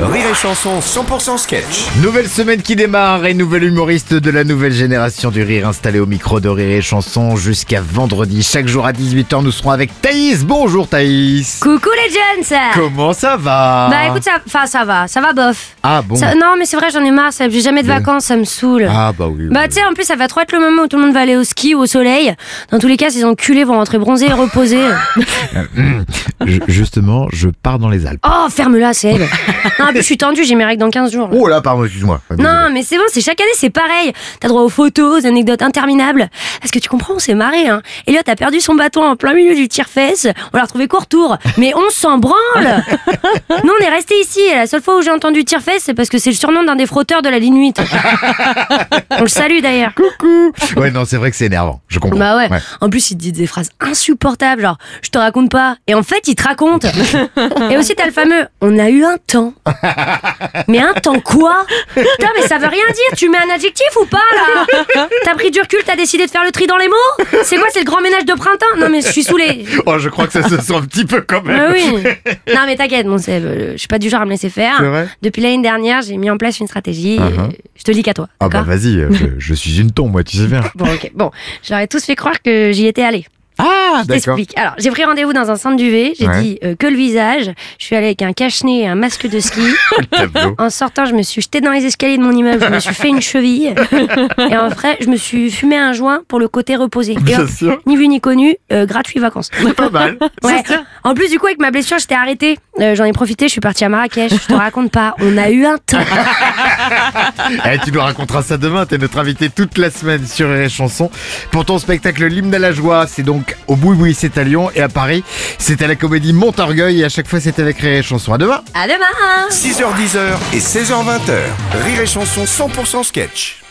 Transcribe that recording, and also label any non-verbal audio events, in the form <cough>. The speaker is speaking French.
Rire et Chanson 100% sketch. Nouvelle semaine qui démarre et nouvel humoriste de la nouvelle génération du rire installé au micro de Rire et Chanson jusqu'à vendredi. Chaque jour à 18h, nous serons avec Thaïs. Bonjour Thaïs. Coucou les jeunes Comment ça va Bah écoute, ça, enfin, ça va, ça va bof. Ah bon Ça- non mais c'est vrai, j'en ai marre, ça- j'ai jamais de vacances, ça me saoule. Ah bah oui. Bah tu sais, en plus ça va trop être le moment où tout le monde va aller au ski ou au soleil. Dans tous les cas, ces enculés vont rentrer bronzés <laughs> et reposés. Je- justement, je pars dans les Alpes. Oh, ferme-la, c'est <laughs> elle. Non, en plus je suis tendue, j'ai mes règles dans 15 jours. là. Oh là, pardon, excuse-moi. Non, mais c'est bon, c'est chaque année, c'est pareil. T'as droit aux photos, aux anecdotes interminables. Parce que tu comprends, on s'est marré, hein. Elliot a perdu son bâton en plein milieu du tire-fesse. On l'a retrouvé court tour. Mais on s'en branle! Nous, on est resté ici. Et la seule fois où j'ai entendu tire-fesse, c'est parce que c'est le surnom d'un des frotteurs de la ligne 8. on le salue d'ailleurs. Désolé. Ouais, non, c'est vrai que c'est énervant. Je comprends. Bah ouais. En plus, il te dit des phrases insupportables, genre je te raconte pas. Et en fait, il te raconte. Et aussi, t'as le fameux on a eu un temps. <laughs> Mais un temps quoi Putain, mais ça veut rien dire. Tu mets un adjectif ou pas là T'as pris du recul, t'as décidé de faire le tri dans les mots C'est quoi C'est le grand ménage de printemps Non, mais je suis saoulée. Oh, je crois que ça se sent un petit peu quand même. Ah oui. Non, mais t'inquiète, mon Seb, euh, je suis pas du genre à me laisser faire. C'est vrai Depuis l'année dernière, j'ai mis en place une stratégie. Uh-huh. euh, Je te lis qu'à toi. Ah bah d'accord vas-y, euh, je, je suis une tombe, moi, tu sais bien. Bon, ok. Bon, j'aurais tous fait croire que j'y étais allée. Ah, Je t'explique. Alors, j'ai pris rendez-vous dans un centre du V. J'ai Ouais. dit euh, que le visage. Je suis allée avec un cache-nez et un masque <laughs> de ski. Tableau. en sortant, je me suis jetée dans les escaliers de mon immeuble. Je me suis fait <laughs> une cheville. et après, je me suis fumé un joint pour le côté <laughs> reposé. Et Bien hop, sûr. ni vu ni connu, euh, gratuit vacances. Pas mal. Ouais. En plus, du coup, avec ma blessure, j'étais arrêtée. Euh, J'en ai profité, je suis partie à Marrakech. Je te raconte pas, on a eu un temps. <laughs> Eh, tu nous raconteras ça demain, t'es notre invité toute la semaine sur Rire et Chanson. Pour ton spectacle L'hymne à la joie, c'est donc au Boui Boui, c'est à Lyon et à Paris, c'est à la comédie Montorgueil et à chaque fois c'est avec Rire et Chanson. <laughs> À demain À demain! 6h10 et 16h20. Rire et Chanson 100% sketch.